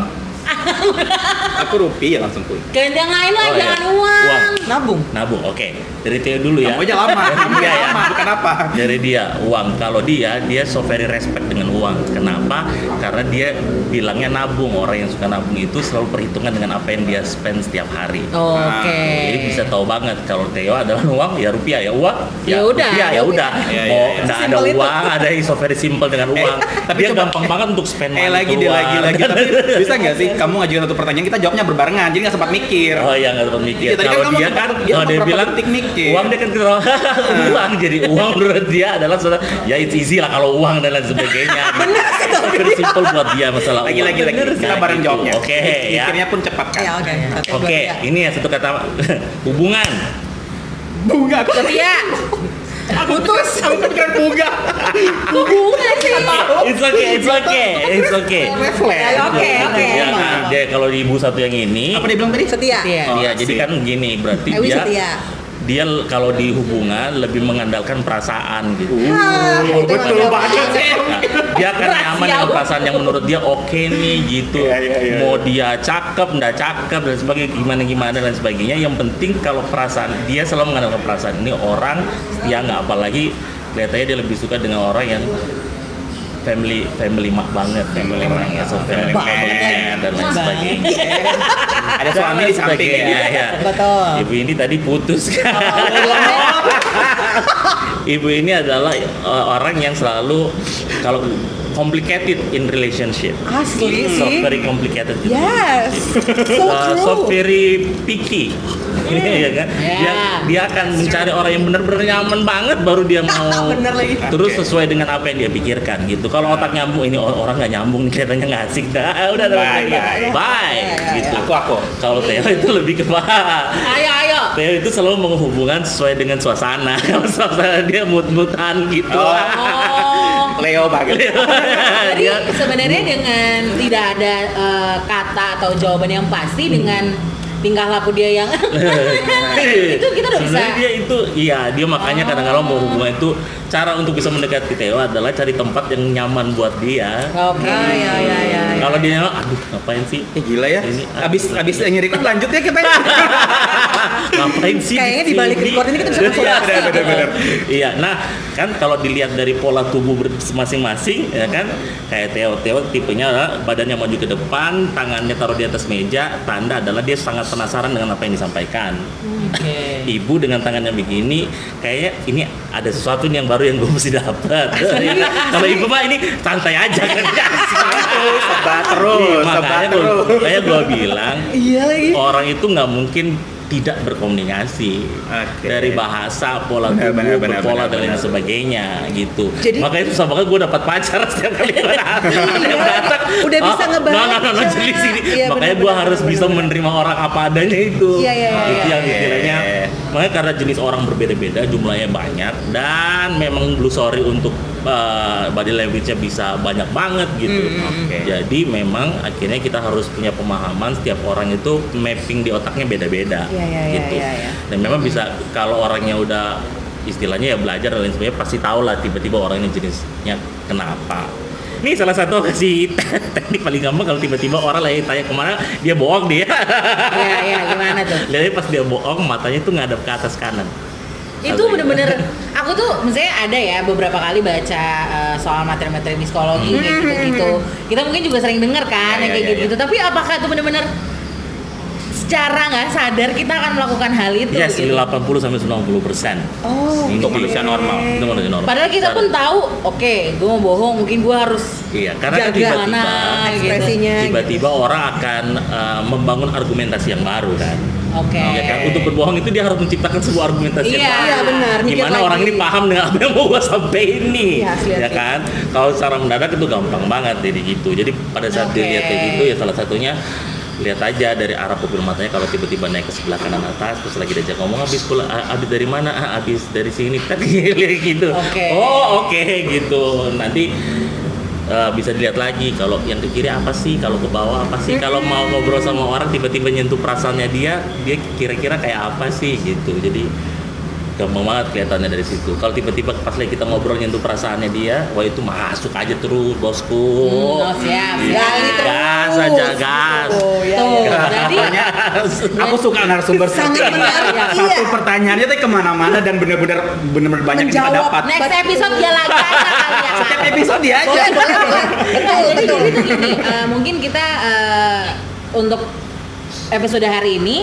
B: Aku rupiah langsung kuy.
A: ganti yang lain lah
D: Oh, iya.
A: jangan uang,
D: Uang.
C: Nabung.
D: nabung oke dari Theo dulu ya
B: Kamu aja lama. Kamu aja
D: Iya, ya.
B: lama. Kenapa?
D: dari dia uang kalau dia dia so very respect dengan uang kenapa karena dia bilangnya nabung orang yang suka nabung itu selalu perhitungan dengan apa yang dia spend setiap hari
A: oke
D: Jadi Nah, bisa tahu banget kalau Theo adalah uang ya rupiah ya uang
A: Ya
D: ya,
A: udah.
D: rupiah, ya udah
B: Ya,
D: mau
B: ya, ya.
D: nggak ada
C: Sesimpel itu.
D: uang ada iso very simple dengan uang
B: Eh, tapi
D: dia
B: coba-
D: gampang banget untuk spend
B: Eh
D: money
B: lagi deh
D: keluar.
B: lagi lagi tapi bisa nggak sih kamu mengajukan satu pertanyaan kita jawabnya berbarengan jadi nggak sempat mikir
D: Oh iya nggak sempat mikir.
B: Iya, tadi kan
D: Kalau
B: kamu
D: dia
B: sempat-
D: kan,
B: dia
D: kalau
B: sempat
D: dia
B: berapa
D: bilang
B: detik mikir.
D: uang dia kan kita
B: Iya.
D: uang jadi uang menurut dia adalah sesuatu- ya it's easy lah kalau uang dan lain sebagainya. Benar Simpel buat dia masalah
B: lagi
D: uang.
B: lagi lagi kita
D: Nah,
B: bareng
D: gitu.
B: jawabnya
D: Oke ya.
B: mikirnya pun cepat kan
C: Iya, oke. Satu, dua,
D: Oke,
C: tiga.
D: ini ya satu kata hubungan.
B: bunga aku
A: Setia,
B: aku putus aku kepikiran bunga
A: hubungan sih.
B: Oh,
D: It's okay, it's
B: gitu.
D: okay, it's okay.
B: refleks
C: Ya, oke, oke.
D: Ya, nah, dia kalau di ibu satu yang
B: Iya.
D: ini,
B: apa dia bilang tadi
C: Setia.
A: Setia.
B: Oh,
D: Iya, jadi
B: asik.
D: kan gini berarti
C: Ewi
D: dia
C: setia.
D: dia l- kalau di hubungan lebih mengandalkan perasaan gitu.
C: Ah,
D: Nah,
C: itu
B: Uh, betul
C: mantap.
B: banget sih
D: Dia akan
A: Rahasia
D: nyaman dengan
A: banget.
D: perasaan yang menurut dia oke nih gitu.
B: Iya, iya, iya.
D: Mau dia cakep, nggak cakep dan sebagainya gimana gimana dan sebagainya. Yang penting kalau perasaan dia selalu mengandalkan perasaan ini orang setia nggak apalagi kelihatannya dia lebih suka dengan orang yang family family mak banget family mak atau family
C: Banget.
D: family man dan lain
A: Iya. Banget.
D: sebagainya
B: ada suami di ya. sampingnya
D: Iya, iya.
C: Betul. Oh, iya.
D: Ibu ini tadi putus kan. Ibu ini adalah uh, orang yang selalu kalau complicated in relationship.
C: Asli
D: So
C: Iya sih.
D: very complicated. in
C: Yes. So
D: Uh, so
C: true.
D: very picky. Iya kan? Dia,
A: Yeah.
D: dia akan mencari orang yang benar-benar nyaman banget baru dia mau
C: Bener lagi.
D: terus
B: Oke. Nah.
D: sesuai dengan apa yang dia pikirkan gitu. Kalau otak nyambung ini or- orang nggak nyambung nih kelihatannya nggak asik dah. Ah, Udah udah,
B: Bye,
D: udah.
B: bye.
D: Bye gitu.
B: aku aku
D: Kalau Theo itu lebih ke
A: Ayo, ayo.
D: Theo itu selalu menghubungkan sesuai dengan suasana. Kalau suasana dia mut-mutan gitu.
B: Oh.
A: Oh.
B: Leo banget
A: Jadi
D: dia
A: sebenarnya dengan tidak ada eh, kata atau jawaban yang pasti dengan tingkah laku dia yang itu kita udah bisa.
D: Sebenarnya dia itu iya dia makanya
A: Oh.
D: kadang-kadang mau hubungan itu cara untuk bisa mendekati Theo adalah cari tempat yang nyaman buat dia.
A: Oke, ya ya ya. ya.
D: Kalau dia nyaman, aduh ngapain sih?
B: Eh, gila ya
D: Ini-
B: abis abis yang nyeriku lanjut ya kita
D: ngapain sih?
C: Kayaknya
D: sini?
C: di balik record ini kita bisa konsultasi.
D: Iya, Iya, nah kan kalau dilihat dari pola tubuh ber- masing-masing, ya kan kayak Theo, Theo tipenya adalah badannya maju ke depan, tangannya taruh di atas meja, tanda adalah dia sangat penasaran dengan apa yang disampaikan.
A: Oke.
D: Ibu dengan tangannya begini, kayaknya ini ada sesuatu nih yang baru yang gue mesti dapat. kalau ibu mah ini santai aja kan.
B: sebat terus sebat
D: Makanya
B: Oh, terus
D: gua- makanya gue bilang
C: Iya lagi.
D: orang itu nggak mungkin tidak berkomunikasi
B: Oke.
D: dari bahasa pola
B: Benar,
D: tubuh
B: benar, benar,
D: berpola
B: benar,
D: dan lain
B: benar.
D: sebagainya gitu
C: Jadi-
D: makanya susah banget gue dapat pacar setiap kali gue datang
C: Udah bisa
D: Ah,
C: ngebaca.
D: no, no, no, no, jeli sini
C: Iya,
D: makanya
C: benar,
D: gue
C: benar,
D: harus
C: benar,
D: bisa
C: benar.
D: menerima orang apa adanya itu
C: Iya, iya, iya,
D: itu
C: iya.
D: yang istilahnya makanya karena jenis orang berbeda-beda jumlahnya banyak dan memang blue sorry untuk uh, body language-nya bisa banyak banget gitu
C: Hmm,
B: Oke.
D: jadi memang akhirnya kita harus punya pemahaman setiap orang itu mapping di otaknya beda-beda
C: Iya, iya, iya,
D: gitu.
C: iya, iya.
D: Dan memang bisa kalau orangnya udah istilahnya ya belajar dan lain sebagainya pasti tahu lah tiba-tiba orang ini jenisnya kenapa. Ini salah satu kasih teknik paling gampang kalau tiba-tiba orang lagi tanya kemana dia bohong dia.
A: Ya ya gimana tuh?
D: Lihatnya pas dia bohong matanya tuh ngadap ke atas kanan.
A: Itu bener-bener aku tuh misalnya ada ya beberapa kali baca eh, soal materi-materi psikologi kayak gitu-gitu. Kita mungkin juga sering dengar kan yang
B: Ya, ya,
A: kayak
B: ya, ya.
A: gitu-gitu. Tapi apakah itu bener-bener secara nggak sadar kita akan melakukan hal itu
D: Yes,
A: gitu?
D: 80 Iya, sampai 90 persen.
C: Oh.
B: untuk manusia normal
D: Itu manusia normal.
A: Padahal kita pun tahu, oke, gue mau bohong, mungkin gue harus
D: Iya, karena kan
C: Jaga
D: tiba-tiba
A: mana, gitu.
C: Ekspresinya.
D: tiba-tiba orang akan eh, membangun argumentasi yang baru kan.
A: Oke.
D: Ya kan? Untuk berbohong itu dia harus menciptakan sebuah argumentasi yang
A: Iya.
D: baru.
C: Iya benar. mikir
D: Gimana
C: lagi.
D: orang ini paham dengan apa yang mau gua sampein nih,
C: Iya, asli,
D: ya
C: asli.
D: kan? Kalau secara mendadak itu gampang banget jadi gitu. Jadi pada saat
A: Oke.
D: dilihat kayak gitu ya salah satunya lihat aja dari arah pupil matanya kalau tiba-tiba naik ke sebelah kanan atas terus lagi diajak ngomong habis pula habis dari mana ah habis dari sini kan gitu
A: Oke.
D: oh oke gitu nanti eh, bisa dilihat lagi kalau yang ke kiri apa sih kalau ke bawah apa sih kalau mau ngobrol sama orang tiba-tiba nyentuh perasaannya dia dia kira-kira kayak apa sih gitu jadi gampang banget kelihatannya dari situ. Kalau tiba-tiba pas lagi kita ngobrol nyentuh perasaannya dia, wah itu masuk aja terus bosku. Iya,
A: Hmm, oh, siap,
C: Gali
A: siap.
D: Gas
C: terus.
D: aja gas.
C: Oh, iya,
A: Tuh,
C: iya.
A: jadi
B: aku suka narasumber
C: Sangat
B: seperti ini.
C: menarik, iya.
B: satu pertanyaannya tuh kemana-mana dan benar-benar benar-benar banyak yang kita
C: Menjawab.
B: dapat
A: next episode dia lagi aja kali ya.
B: setiap episode dia aja
C: Boleh, boleh, boleh. Betul,
A: Jadi
C: betul.
A: jadi tuh gini, eh, mungkin kita eh, untuk episode hari ini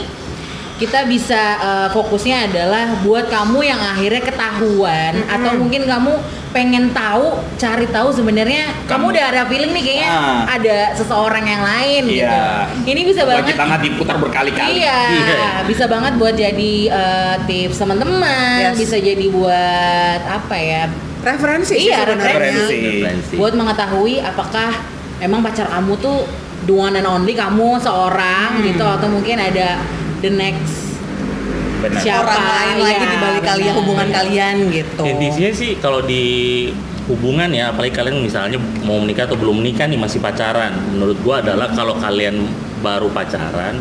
A: kita bisa eh, fokusnya adalah buat kamu yang akhirnya ketahuan atau mungkin kamu pengen tahu, cari tahu sebenarnya kamu,
B: Kamu-
A: udah ada feeling nih kayaknya
B: Ah.
A: ada seseorang yang lain
B: Iya.
A: gitu. Ini bisa
B: Wajib
A: banget
B: banget diputar berkali-kali.
A: Iya,
D: Iya.
A: bisa banget buat jadi eh, tips teman-teman,
C: Yes.
A: bisa jadi buat apa ya?
C: referensi sih
A: Iya,
C: sebenarnya.
B: referensi.
D: Referensi.
A: Buat mengetahui apakah emang pacar kamu tuh the one and only kamu seorang gitu atau mungkin ada the next
D: Benar.
A: Siap.
C: orang
A: Siapa?
C: lain lagi
A: Iya,
C: di balik kalian
A: benar.
C: hubungan kalian gitu
D: Intinya sih kalau di hubungan ya, apalagi kalian misalnya mau menikah atau belum menikah nih masih pacaran. Menurut gua adalah kalau kalian baru pacaran,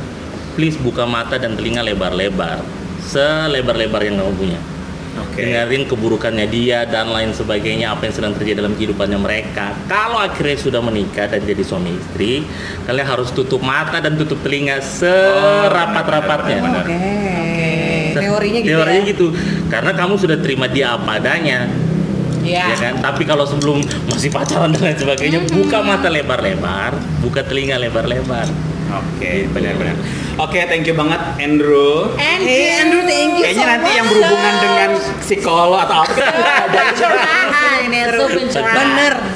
D: please buka mata dan telinga lebar-lebar, selebar-lebar yang kamu punya.
B: Oke.
D: Dengerin keburukannya dia dan lain sebagainya apa yang sedang terjadi dalam kehidupannya mereka. Kalau akhirnya sudah menikah dan jadi suami istri, kalian harus tutup mata dan tutup telinga serapat-rapatnya.
B: Oh, benar, benar, benar.
C: oke teorinya gitu
D: Teorinya
C: ya.
D: gitu. Karena kamu sudah terima dia apa adanya,
A: ya.
C: Iya.
D: ya kan? Tapi kalau sebelum masih pacaran dan lain sebagainya,
C: Mhm.
D: buka mata lebar-lebar, buka telinga lebar-lebar.
B: Oke, benar-benar. Oke, thank you banget Andrew.
A: And
C: Hey, Andrew, Iya, thank
B: Iya,
C: you
B: Kayaknya
C: so
B: nanti yang
C: much.
B: berhubungan dengan psikolog atau apa kita ada.
A: pencerahan Ah, ini tuh pencerahan.
C: Bener.
B: Benar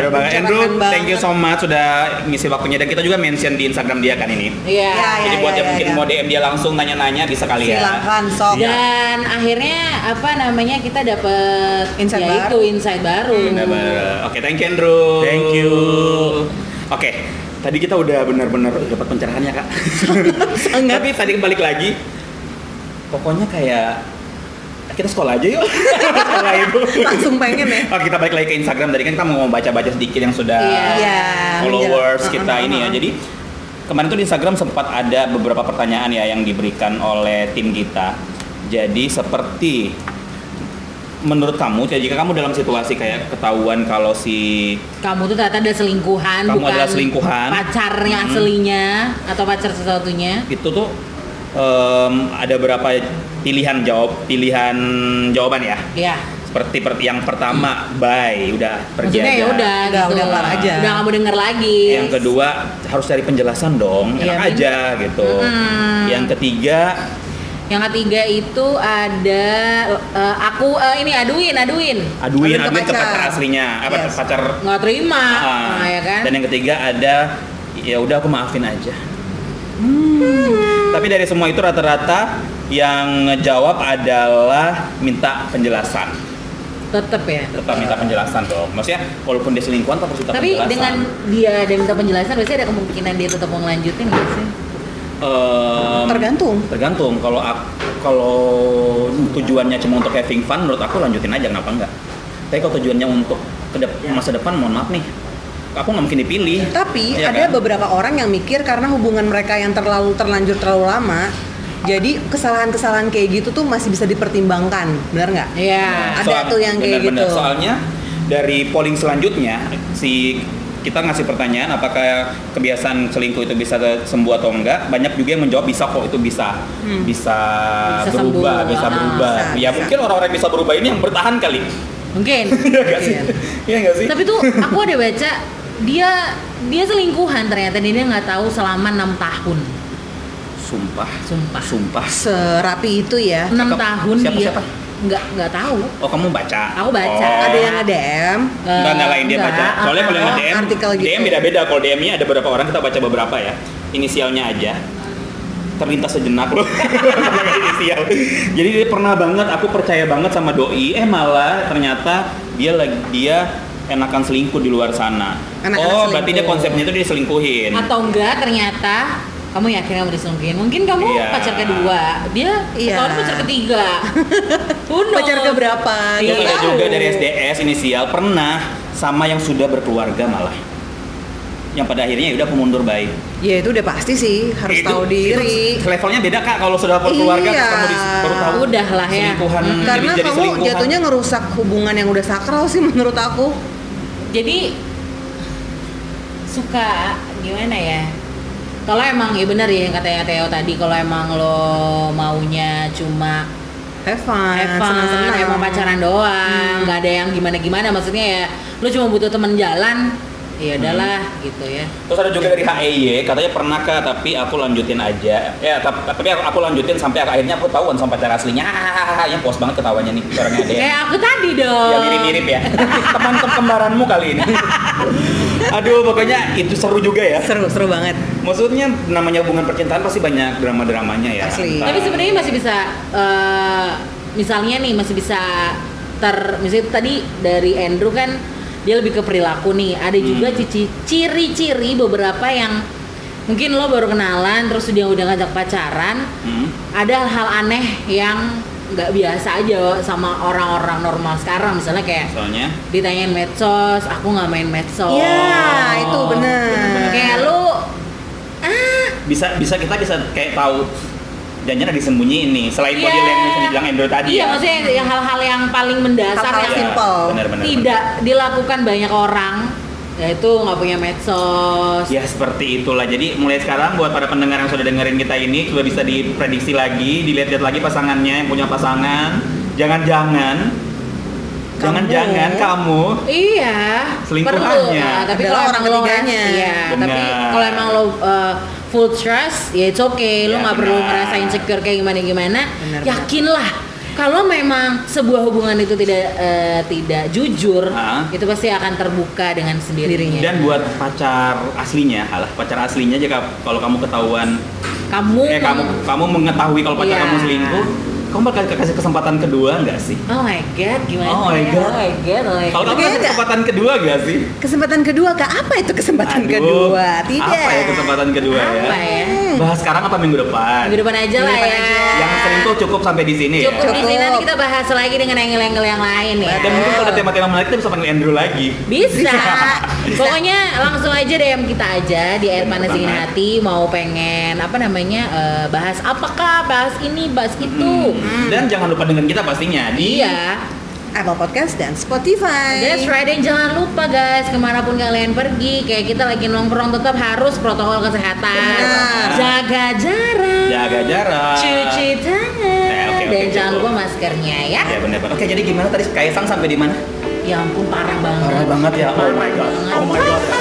B: banget. Andrew,
C: Pencerahan banget.
B: thank you so much sudah ngisi waktunya dan kita juga mention di Instagram dia kan ini.
A: Iya.
C: Ya, ya.
B: Jadi buat yang mungkin mau DM dia langsung nanya-nanya bisa kali ya.
C: silakan sok
B: Iya.
A: Dan akhirnya apa namanya kita dapat
C: Insight
A: ya
C: baru.
A: itu insight baru.
B: Hmm, Benar-benar. Oke, thank you Andrew.
D: Thank you.
B: Oke, tadi kita udah benar-benar dapat pencerahannya kak. Tapi tadi balik lagi, pokoknya kayak kita sekolah aja yuk. sekolah ibu.
C: langsung pengen ya
B: Oh, kita balik lagi ke Instagram tadi kan kita mau baca-baca sedikit yang sudah
A: Iya.
C: Iya.
B: followers kita
C: Uh-uh,
B: ini ya.
C: uh-uh.
B: Jadi kemarin tuh di Instagram sempat ada beberapa pertanyaan ya yang diberikan oleh tim kita. Jadi seperti menurut kamu, ya jika kamu dalam situasi kayak ketahuan kalau si
A: Kamu tuh ternyata ada selingkuhan
B: Kamu
A: bukan
B: adalah selingkuhan.
A: pacarnya aslinya atau pacar sesatunya.
B: itu tuh em, ada berapa pilihan jawab pilihan jawaban ya.
A: Ya.
B: Seperti per- yang pertama, bye, udah pergi
A: Maksudnya
B: aja.
A: ya udah
C: Udah,
A: gitu.
C: udah kelar aja.
A: Udah kamu denger lagi.
B: Yang kedua harus cari penjelasan dong,
A: Iya,
B: enak
A: bener.
B: aja gitu.
A: Mm-mm.
B: Yang ketiga,
A: Yang ketiga itu ada eh, aku eh, ini aduin, aduin.
B: aduin,
C: Aduin ke
B: aduin ke
C: pacar.
B: pacar aslinya, apa
C: Yes.
B: pacar.
A: nggak terima.
B: ah.
A: Nah, ya kan?
B: Dan yang ketiga ada, ya udah aku maafin aja. Tapi dari semua itu rata-rata yang ngejawab adalah minta penjelasan.
A: Tetep ya.
B: Tetap minta penjelasan dong. Maksudnya walaupun dia selingkuhan tetap harus minta
A: Tapi
B: penjelasan.
A: dengan dia ada minta penjelasan, berarti ada kemungkinan dia tetap mau ngelanjutin nggak sih?
B: Em,
C: tergantung
B: tergantung kalau ak- kalau tujuannya cuma untuk having fun menurut aku lanjutin aja kenapa enggak tapi kalau tujuannya untuk ke dep- masa depan mohon maaf nih aku nggak mungkin dipilih
C: Tapi
B: Iya kan?
C: ada beberapa orang yang mikir karena hubungan mereka yang terlalu terlanjur terlalu lama, jadi kesalahan-kesalahan kayak gitu tuh masih bisa dipertimbangkan, benar nggak?
A: Iya.
C: ada tuh yang kayak
B: benar-benar.
C: gitu.
B: soalnya dari polling selanjutnya si kita ngasih pertanyaan apakah kebiasaan selingkuh itu bisa sembuh atau enggak banyak juga yang menjawab bisa kok itu bisa
C: Hmm.
B: bisa,
A: Bisa
B: berubah
A: sembuh.
B: bisa
A: Ah,
B: berubah
C: bisa,
B: ya
C: bisa.
B: mungkin orang-orang yang bisa berubah ini yang bertahan kali
A: Mungkin.
B: Iya nggak sih
C: Iya.
B: iya nggak sih
A: Tapi tuh aku ada baca dia dia selingkuhan ternyata dan dia nggak tahu selama enam tahun.
B: sumpah
A: Sumpah.
B: sumpah
C: Serapi itu ya.
A: Enam
B: Cakep.
A: tahun
B: Eh, Siapa-
A: dia
B: siapa?
A: nggak nggak tahu.
B: Oh kamu baca?
A: Aku baca.
B: Oh.
C: Ada yang nge-DM
B: Enggak nyalain dia
A: Enggak,
B: baca. Soalnya
A: eh,
B: kalau yang
C: ah,
B: DM,
C: Eh, artikel gitu.
B: DM beda-beda. Kalau DM-nya ada beberapa orang kita baca beberapa ya. Inisialnya aja. Terlintas sejenak loh. Jangan inisial. Jadi dia pernah banget aku percaya banget sama doi. Eh malah ternyata dia lagi dia enakan selingkuh di luar sana.
C: Enakan
B: oh, berarti dia
C: selingkuh.
B: konsepnya itu dia selingkuhin.
A: Atau enggak ternyata kamu yakin kamu diselingkuhin? Mungkin kamu
B: Iya.
A: pacar kedua, dia
C: Iya.
A: tahun pacar ketiga. Who knows?
C: pacar keberapa?
B: Terus
C: gitu.
A: Iya.
B: ada juga dari
A: Tahu.
B: SDS inisial pernah sama yang sudah berkeluarga malah. Yang pada akhirnya ya udah aku mundur baik.
C: Ya itu udah pasti sih
B: Itu-
C: harus tahu diri.
B: itu levelnya beda kak kalau sudah berkeluarga
C: Iya.
B: ketemu di baru tahu
A: Udah lah ya.
B: selingkuhan
A: Hmm.
B: jadi-
C: Karena
B: jadi
C: kamu
B: selingkuhan.
C: jatuhnya ngerusak hubungan yang udah sakral sih menurut aku.
A: Jadi suka gimana ya? Kalau emang ya bener ya yang katanya Theo tadi kalau emang lo maunya cuma
C: Have fun,
A: Evan
C: Ah, senang-senang. Hmm.
A: emang pacaran doang nggak ada yang gimana gimana maksudnya ya lu cuma butuh teman jalan ya udahlah
B: Hmm.
A: gitu ya
B: Terus ada juga dari HEY, katanya pernah kak, tapi aku lanjutin aja. Ya, tap- tapi aku, aku lanjutin sampai akhirnya aku tahu kan sama pacar aslinya. Hahaha, yang ya, puas banget ketawanya nih orangnya ada.
A: kayak aku tadi dong
B: Ya Iya. mirip-mirip ya. Teman kembaranmu kali ini. Aduh, pokoknya itu seru juga ya.
C: seru seru banget
B: Maksudnya namanya hubungan percintaan pasti banyak drama-dramanya ya.
C: Asli.
A: tapi sebenarnya masih bisa eh, misalnya nih masih bisa ter misalnya tadi dari Andrew kan dia lebih ke perilaku nih ada
C: Hmm.
A: juga cici ciri-ciri beberapa yang mungkin lo baru kenalan terus dia udah ngajak pacaran
B: Hmm.
A: ada hal-hal aneh yang nggak biasa aja sama orang-orang normal sekarang misalnya kayak
B: Soalnya
A: ditanyain medsos aku nggak main medsos
C: Iya, itu benar.
A: kayak lu ah
B: bisa bisa kita bisa kayak tahu janjian ada disembunyiin nih selain body
A: iya.
B: language yang dibilang Andrew tadi
A: iya
B: ya. Iya,
A: maksudnya yang- yang hal-hal yang paling mendasar
C: Hal-hal
A: yang
C: yang simple.
B: Benar-benar.
A: tidak dilakukan banyak orang yaitu nggak punya medsos
B: Ya seperti itulah. Jadi mulai sekarang buat para pendengar yang sudah dengerin kita ini sudah bisa diprediksi lagi, dilihat-lihat lagi pasangannya yang punya pasangan. Jangan-jangan, jangan-jangan kamu
A: Iya,
B: Selingkuhannya.
A: Nah, tapi
C: Adalah
A: kalau
C: orang
A: emang lo-
C: ketiganya.
A: Iya, tapi
B: Benar.
A: kalau emang lo uh, full trust, ya it's okay. Lo
B: Ya,
A: nggak perlu
B: benar.
A: ngerasa insecure kayak gimana gimana.
C: Benar, benar.
A: Yakinlah kalau memang sebuah hubungan itu tidak uh, tidak jujur,
B: Ah.
A: itu pasti akan terbuka dengan sendirinya.
B: dan buat pacar aslinya, alah pacar aslinya jika kalau kamu ketahuan,
A: kamu,
B: eh kamu
A: mem-
B: kamu mengetahui kalau pacar
A: Iya.
B: kamu selingkuh, kamu bakal kasih kesempatan kedua nggak sih?
A: Oh my god, gimana?
B: Oh my
A: sih?
B: God.
A: Oh my god, oh my
B: Kalau
A: god.
B: kamu kasih
C: Beda.
B: kesempatan kedua nggak sih?
C: kesempatan kedua kak apa itu kesempatan
B: Aduh,
C: kedua tidak
B: Apa ya kesempatan kedua ya?
A: Apa ya?
B: Bahas sekarang apa minggu kan depan?
A: Minggu depan aja lah
C: depan
A: ya.
C: aja.
B: Yang selingkuh cukup sampai di sini
A: Cukup,
B: ya.
A: di sini nanti kita bahas lagi dengan angle-angle yang lain ya.
B: Dan mungkin kalau ada tema-tema menarik kita bisa panggil Andrew lagi.
A: Bisa.
B: Bisa.
A: Pokoknya langsung aja DM kita aja di air
B: Bener
A: panas dingin
B: banget.
A: hati mau pengen apa namanya eh, bahas apakah bahas ini bahas itu.
B: Hmm. Dan jangan lupa dengan kita pastinya di
A: Iya.
C: Apple Podcast dan Spotify
A: That's right dan jangan lupa guys kemanapun kalian pergi kayak kita lagi nongkrong tetap harus protokol kesehatan.
C: Benar.
A: Jaga jarak.
B: Jaga Jarak.
A: Cuci tangan
B: Eh, oke, oke,
A: dan jangan
B: cukup.
A: lupa maskernya ya.
B: Ya benar Oke, jadi gimana tadi Kaisang sampai di mana?
A: Ya ampun parah banget.
B: Parah banget ya. Oh my god. Oh my god.